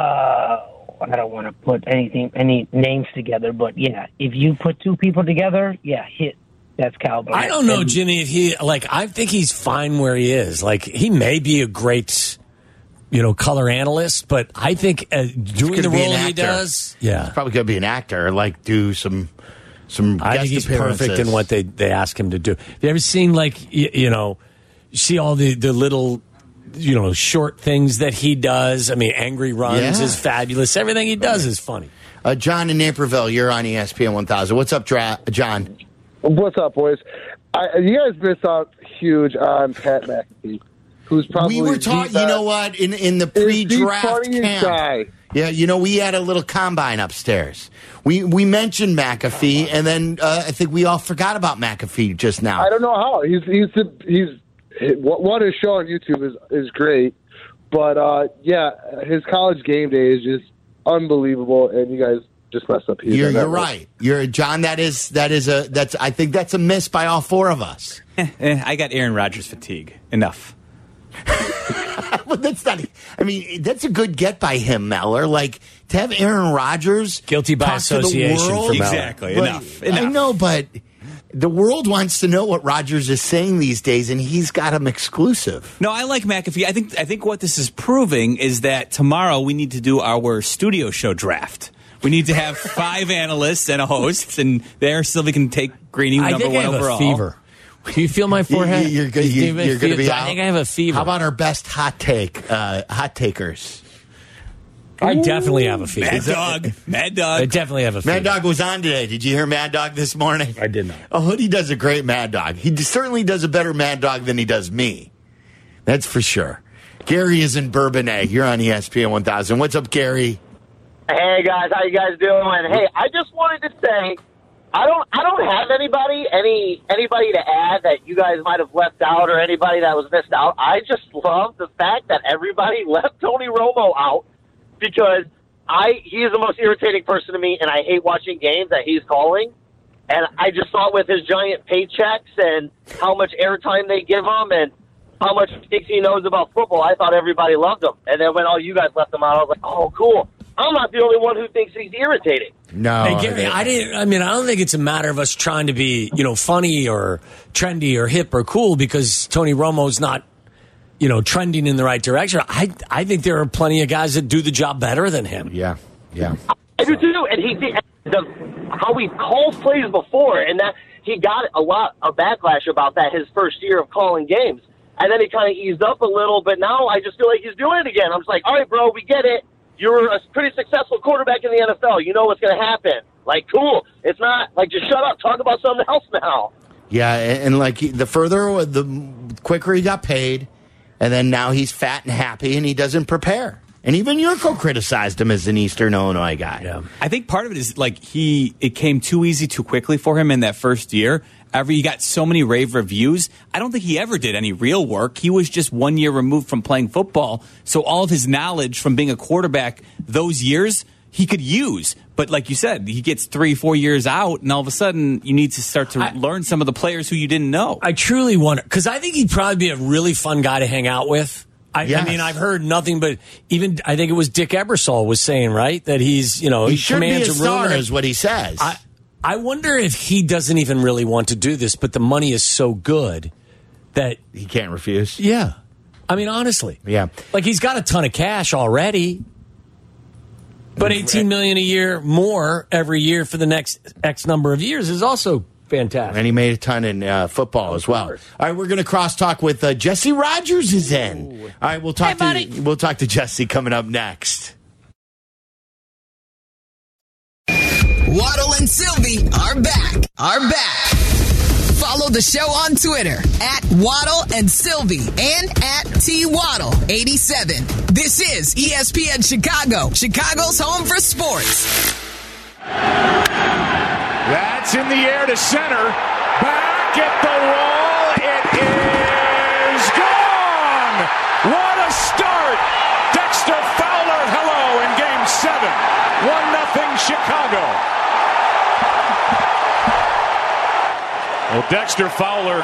I don't want to put anything, any names together, but yeah, if you put two people together, yeah, hit. That's Kyle. Brandt.
I don't know,
And-
Jimmy. If he like, I think he's fine where he is. Like he may be a great, you know, color analyst, but I think uh, doing
He's
the
gonna be an
role he
actor.
does,
He's
yeah,
probably gonna be an actor. Like do some some.
I
guest
think he's perfect in
appearances.
what they, they ask him to do. Have you ever seen like you, you know, see all the the little you know short things that he does? I mean, Angry Runs
Yeah.
is fabulous. Everything he does is funny.
Uh, John in Naperville, you're on E ESPN 1000. What's up, Dra- John?
What's up, boys? I, you guys missed out huge on Pat McAfee, who's probably
we were
the
talking, you
best-
know what, in, in the
is the
pre-draft
funniest
camp.
guy.
Yeah, you know, we had a little combine upstairs. We we mentioned McAfee, and then uh, I think we all forgot about McAfee just now.
I don't know how he's he's the, he's what what his show on YouTube is is great, but uh, yeah, his college game day is just unbelievable, and you guys just messed up. huge
You're,
on that
you're
one.
right. You're John. That is that is a that's. I think that's a miss by all four of us.
Eh, I got Aaron Rodgers fatigue. Enough.
But that's not. e, I mean, that's a good get by him, Meller. Like to have Aaron Rodgers
Guilty by
talk to the
association for
world-
Meller.
Exactly.
But-
enough.
I
Enough.
know, but the world wants to know what Rodgers is saying these days, and he's got him exclusive.
No, I like McAfee. I think I think what this is proving is that tomorrow we need to do our studio show draft. We need to have five analysts and a host, and there Sylvie can take Greeny
I
number
think I
one
have
overall.
a fever. Do you feel my forehead?
You- you're, go-
Do you
you,
have a
are going to be
fever?
out.
I think I have a fever.
How about our best hot take, uh, hot takers?
I definitely have a fever.
Mad Dog, Mad
I
Dog.
definitely have a fever.
Mad Dog was on today. Did you hear Mad Dog this morning?
I did not.
Oh, Hoodie does a great Mad Dog. He d- certainly does a better Mad Dog than he does me. That's for sure. Gary is in Bourbonnais. You're on E ESPN 1000. What's up, Gary?
Hey guys, how you guys doing? Hey, I just wanted to say, I don't, I don't have anybody, any, anybody to add that you guys might have left out or anybody that was missed out. I just love the fact that everybody left Tony Romo out because I, he is the most irritating person to me, and I hate watching games that he's calling. And I just saw with his giant paychecks and how much airtime they give him and how much things he knows about football. I thought everybody loved him. And then when all you guys left him out, I was like, oh, cool. I'm not the only one who thinks he's irritating.
No.
Hey, Gary, I didn't. I mean, I don't think it's a matter of us trying to be, you know, funny or trendy or hip or cool because Tony Romo's not you know, trending in the right direction. I I think there are plenty of guys that do the job better than him.
Yeah, yeah.
I do too. And he did the, how he called plays before, and that he got a lot of backlash about that his first year of calling games, and then he kind of eased up a little. But now I just feel like he's doing it again. I'm just like, all right, bro, we get it. You're a pretty successful quarterback in the NFL. You know what's going to happen. Like, cool. It's not like just shut up. Talk about something else now.
Yeah, and, and like he- the further, uh, the quicker he got paid, and then now he's fat and happy, and he doesn't prepare. And even Yurko criticized him as an Eastern Illinois guy. Yeah.
I think part of it is like he it came too easy too quickly for him in that first year. Ever he got so many rave reviews. I don't think he ever did any real work. He was just one year removed from playing football, so all of his knowledge from being a quarterback those years he could use. But like you said, he gets three, four years out, and all of a sudden you need to start to learn some of the players who you didn't know.
I truly wonder because I think he'd probably be a really fun guy to hang out with. I,
Yes.
I mean, I've heard nothing but even I think it was Dick Ebersol was saying right that he's you know
He should be
commands
a
room
star
and-
is what he says.
I I wonder if he doesn't even really want to do this, but the money is so good that
he can't refuse.
Yeah, I mean honestly,
yeah,
like he's got a ton of cash already. But eighteen million a year more every year for the next X number of years is also fantastic.
And he made a ton in uh, football as well. All right, we're going to crosstalk with uh, Jesse Rogers is in. All right, we'll talk to we'll talk to Jesse coming up next.
Waddle and Sylvie are back. Are back. Follow the show on Twitter at Waddle and Sylvie and at T Waddle 87. This is E ESPN Chicago, Chicago's home for sports.
That's in the air to center. Back at the wall. It is gone. What a start. Dexter Fowler, hello in game seven. 1 nothing Chicago. Well, Dexter Fowler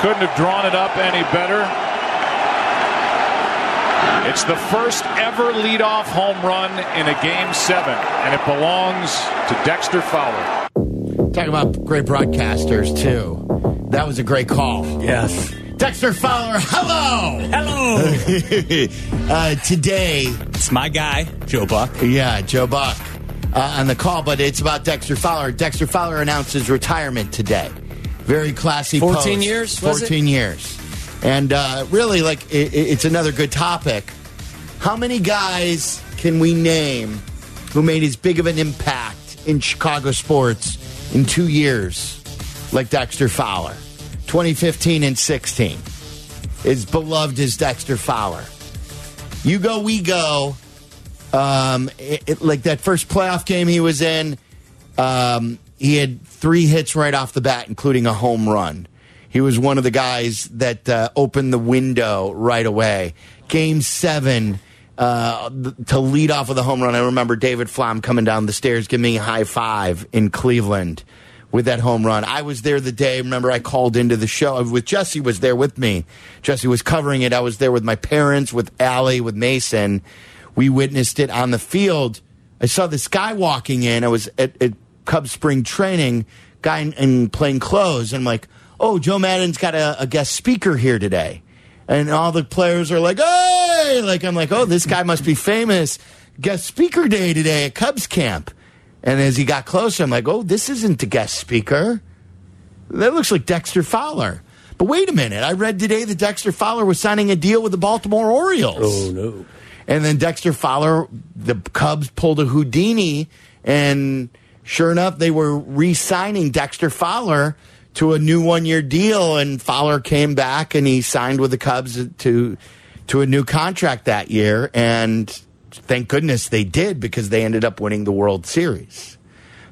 couldn't have drawn it up any better. It's the first ever leadoff home run in a game seven, and it belongs to Dexter Fowler.
Talking about great broadcasters too. That was a great call.
Yes.
Dexter Fowler, hello. Hello. uh, today,
it's my guy, Joe Buck.
Yeah, Joe Buck uh, on the call, but it's about Dexter Fowler. Dexter Fowler announces retirement today. Very classy.
14
post.
years, was it?
Fourteen years, and uh, really, like i i- it's another good topic. How many guys can we name who made as big of an impact in Chicago sports in two years, like Dexter Fowler, 2015 and 16? As beloved as Dexter Fowler, you go, we go. Um, it, it- like that first playoff game he was in, um, he had three hits right off the bat, including a home run. He was one of the guys that uh, opened the window right away. Game seven uh, th- to lead off with a home run. I remember David Flom coming down the stairs, giving me a high five in Cleveland with that home run. I was there the day. Remember, I called into the show Uh, with Jesse. Was there with me. Jesse was covering it. I was there with my parents, with Allie, with Mason. We witnessed it on the field. I saw this guy walking in. I was at, at Cubs spring training, guy in, in plain clothes, and I'm like, "Oh, Joe Madden's got a, a guest speaker here today." And all the players are like, "Hey!" Like I'm like, "Oh, this guy must be famous." Guest speaker day today at Cubs camp. And as he got closer, I'm like, oh, this isn't the guest speaker. That looks like Dexter Fowler. But wait a minute. I read today that Dexter Fowler was signing a deal with the Baltimore Orioles.
Oh, no.
And then Dexter Fowler, the Cubs pulled a Houdini, and sure enough, they were re signing Dexter Fowler to a new one year deal. And Fowler came back and he signed with the Cubs to, to a new contract that year. And thank goodness they did because they ended up winning the World Series.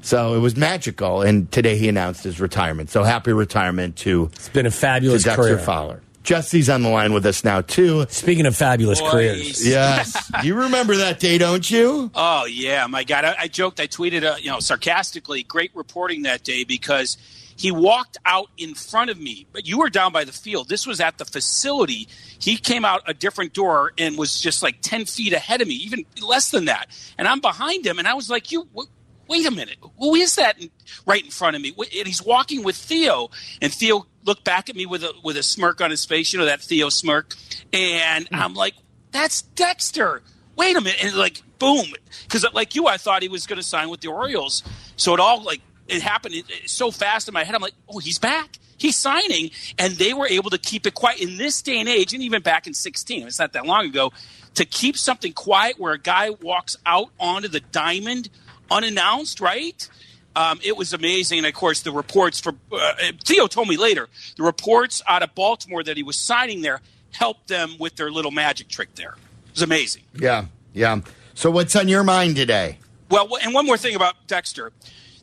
So it was magical. And today he announced his retirement. So happy retirement to,
It's been a fabulous
to Dexter
career.
Fowler. Jesse's on the line with us now, too.
Speaking of fabulous
Boys.
careers.
Yes. you remember that day, don't you?
Oh yeah, my God! I, I joked, I tweeted, uh, you know, sarcastically, great reporting that day because he walked out in front of me. But you were down by the field. This was at the facility. He came out a different door and was just like ten feet ahead of me, even less than that. And I'm behind him, and I was like, "You, what, wait a minute, who is that in- right in front of me? Wh- And he's walking with Theo, and Theo looked back at me with a with a smirk on his face, you know that Theo smirk, and I'm like, that's Dexter. Wait a minute, and like boom, because like you, I thought he was going to sign with the Orioles, so it all like it happened it- it- so fast in my head. I'm like, oh, he's back. He's signing, and they were able to keep it quiet in this day and age, and even back in 16, it's not that long ago, to keep something quiet where a guy walks out onto the diamond unannounced, right? Um, it was amazing. And of course, the reports for uh, Theo told me later the reports out of Baltimore that he was signing there helped them with their little magic trick there. It was amazing.
Yeah, yeah. So what's on your mind today?
Well, wh- and one more thing about Dexter.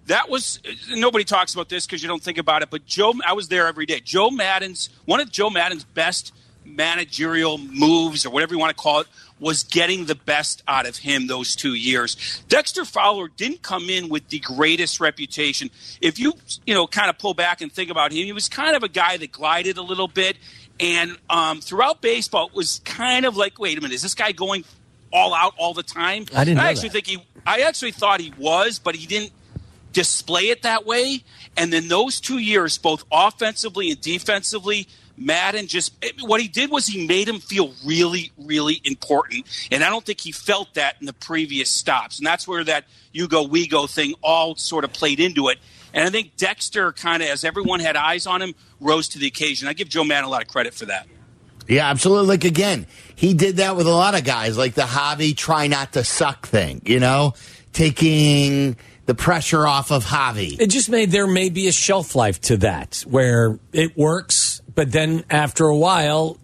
That was nobody talks about this because you don't think about it. But Joe, I was there every day. Joe Madden's one of Joe Madden's best managerial moves, or whatever you want to call it, was getting the best out of him those two years. Dexter Fowler didn't come in with the greatest reputation. If you you know kind of pull back and think about him, he was kind of a guy that glided a little bit, and um, throughout baseball it was kind of like, wait a minute, is this guy going all out all the time?
I didn't
And
know
I actually
that.
think he. I actually thought he was, but he didn't display it that way. And then those two years, both offensively and defensively, Madden just what he did was he made him feel really, really important. And I don't think he felt that in the previous stops. And that's where that you go, we go thing all sort of played into it. And I think Dexter kind of, as everyone had eyes on him, rose to the occasion. I give Joe Madden a lot of credit for that.
Yeah, absolutely. Like again, he did that with a lot of guys, like the Javi try not to suck thing, you know, taking the pressure off of Javi.
It just made there may be a shelf life to that where it works, but then after a while,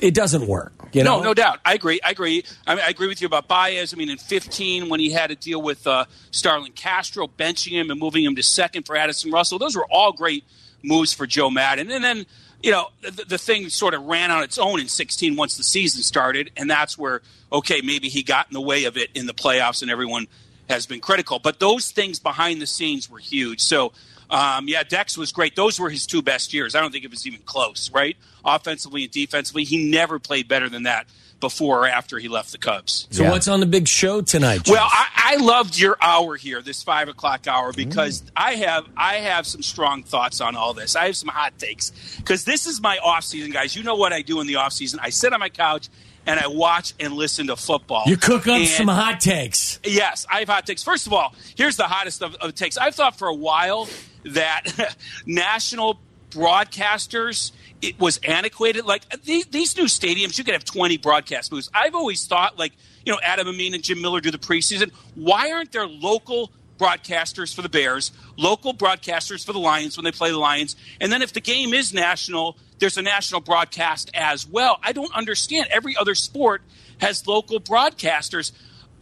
it doesn't work. You know,
no, no doubt. I agree. I agree. I, mean, I agree with you about Baez. I mean, in 15, when he had to deal with uh, Starlin Castro, benching him and moving him to second for Addison Russell, those were all great moves for Joe Madden. And then, you know, the, the thing sort of ran on its own in 16 once the season started. And that's where, okay, maybe he got in the way of it in the playoffs and everyone has been critical. But those things behind the scenes were huge. So, um, yeah, Dex was great. Those were his two best years. I don't think it was even close, right? Offensively and defensively, he never played better than that before or after he left the Cubs.
So what's on the big show tonight? Jeff?
Well, I, I loved your hour here, this five o'clock hour, because I have I have some strong thoughts on all this. I have some hot takes because this is my off season, guys. You know what I do in the off season? I sit on my couch and I watch and listen to football.
you cook up
And-
some hot takes.
Yes, I have hot takes. First of all, here's the hottest of, of takes. I've thought for a while that national broadcasters it was antiquated. Like these, these new stadiums, you could have 20 broadcast booths. I've always thought, like you know, Adam Amin and Jim Miller do the preseason. Why aren't there local broadcasters for the Bears, local broadcasters for the Lions when they play the Lions, and then if the game is national, there's a national broadcast as well. I don't understand. Every other sport has local broadcasters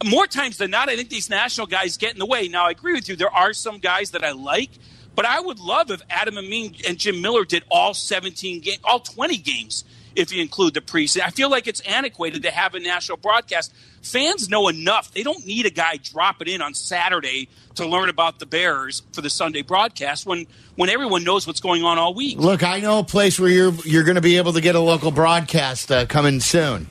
more times than not, I think these national guys get in the way. Now, I agree with you. There are some guys that I like, but I would love if Adam Amin and Jim Miller did all 17 games, all 20 games, if you include the preseason. I feel like it's antiquated to have a national broadcast. Fans know enough. They don't need a guy dropping in on Saturday to learn about the Bears for the Sunday broadcast when, when everyone knows what's going on all week.
Look, I know a place where you're you're going to be able to get a local broadcast uh, coming soon.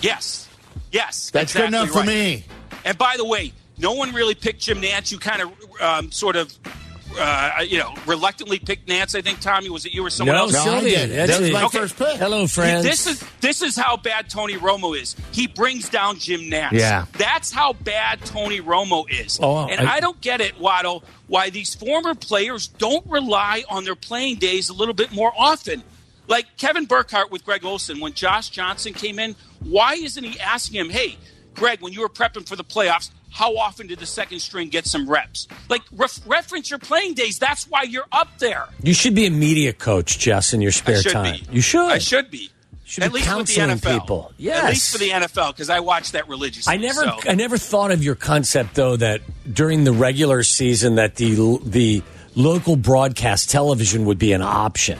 Yes. Yes.
That's good enough for me.
And by the way, no one really picked Jim Nance. You kind of, um, sort of, uh, you know, reluctantly picked Nance. I think Tommy was it you or someone
No,
else?
No, I Sylvia. did. That's That was it. my first pick. Hello, friends.
This is this is how bad Tony Romo is. He brings down Jim Nance.
Yeah.
That's how bad Tony Romo is.
Oh,
and
I-
I, don't get it, Waddle, why these former players don't rely on their playing days a little bit more often. Like Kevin Burkhardt with Greg Olson, when Josh Johnson came in, why isn't he asking him, hey, Greg, when you were prepping for the playoffs, how often did the second string get some reps? Like, ref- reference your playing days. That's why you're up there.
You should be a media coach, Jess, in your spare
should
time.
be.
You should.
I should be.
Should
At
be
least with the
counseling
NFL.
people.
At
Yes.
least for the NFL, because I watch that religiously.
I never,
so.
I never thought of your concept though that during the regular season that the the local broadcast television would be an option.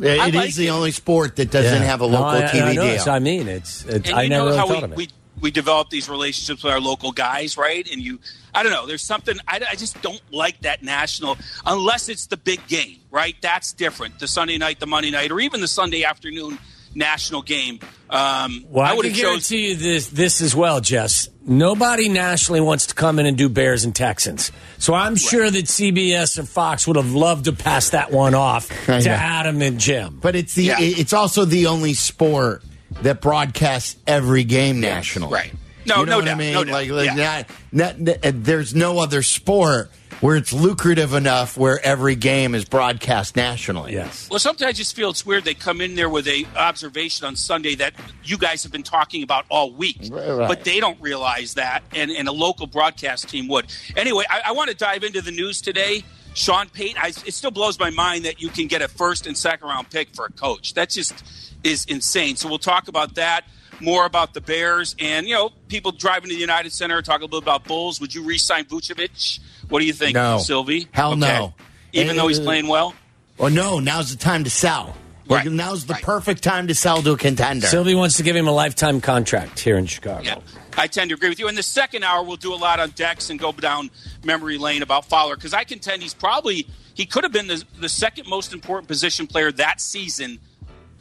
It it is the only sport that doesn't
Yeah.
have a
No,
local
I- I
TV
know,
deal.
so I mean, it's, it's
and
I
you
never
know
really
how
thought
we,
of it.
we we develop these relationships with our local guys, right? And you, I don't know. There's something I, I just don't like that national unless it's the big game, right? That's different. The Sunday night, the Monday night, or even the Sunday afternoon national game. Um,
Well, I,
I would
can
have chose.
guarantee you this this as well, Jess. Nobody nationally wants to come in and do Bears and Texans. So I'm sure that CBS and Fox would have loved to pass that one off
I
to
know.
Adam and Jim.
But it's the it- it's also the only sport that broadcasts every game nationally. Right.
No,
you know
no
what I
doubt,
mean?
no doubt.
Like, like
Yeah.
not- not- uh, there's no other sport where it's lucrative enough where every game is broadcast nationally. Yes.
Well, sometimes I just feel it's weird they come in there with a observation on Sunday that you guys have been talking about all week,
right.
but they don't realize that, and, and a local broadcast team would. Anyway, I, I want to dive into the news today. Sean Payton, I, it still blows my mind that you can get a first and second round pick for a coach. That just is insane. So we'll talk about that more about the Bears and you know people driving to the United Center. Talk a little bit about Bulls. Would you re-sign Vucevic? What do you think,
No.
Sylvie?
Hell
Okay.
no.
Even though he's
Uh,
playing well.
Well, no, now's the time to sell. Like, Now's the perfect time to sell to a contender.
Sylvie wants to give him a lifetime contract here in Chicago.
I tend to agree with you. In the second hour, we'll do a lot on Dex and go down memory lane about Fowler because I contend he's probably he could have been the, the second most important position player that season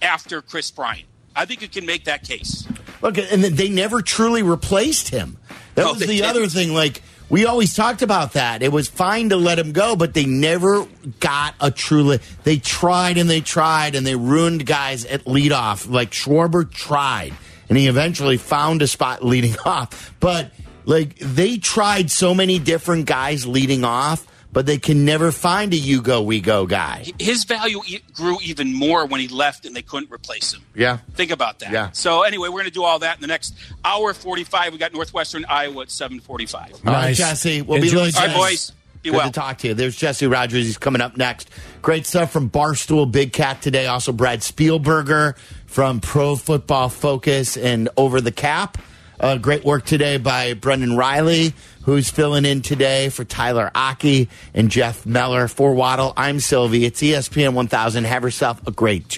after Chris Bryant. I think you can make that case.
Look, and they never truly replaced him. That
No,
was
they
the
didn't.
other thing. Like we always talked about that. It was fine to let him go, but they never got a truly. They tried and they tried and they ruined guys at leadoff. Like Schwarber tried, and he eventually found a spot leading off. But like they tried so many different guys leading off, but they can never find a you go we go guy.
His value e- grew even more when he left and they couldn't replace him.
Yeah.
Think about that.
Yeah.
So anyway, we're going to do all that in the next hour 45. We got Northwestern Iowa at 745.
All right, Jesse. We'll be
All
listening.
right, boys. Be
Good
well.
to talk to you. There's Jesse Rogers. He's coming up next. Great stuff from Barstool Big Cat today. Also, Brad Spielberger from Pro Football Focus and Over the Cap. Uh, great work today by Brendan Riley, who's filling in today for Tyler E Aki and Jeff Meller. For Waddle, I'm Sylvie. It's ESPN 1000. Have yourself a great Tuesday.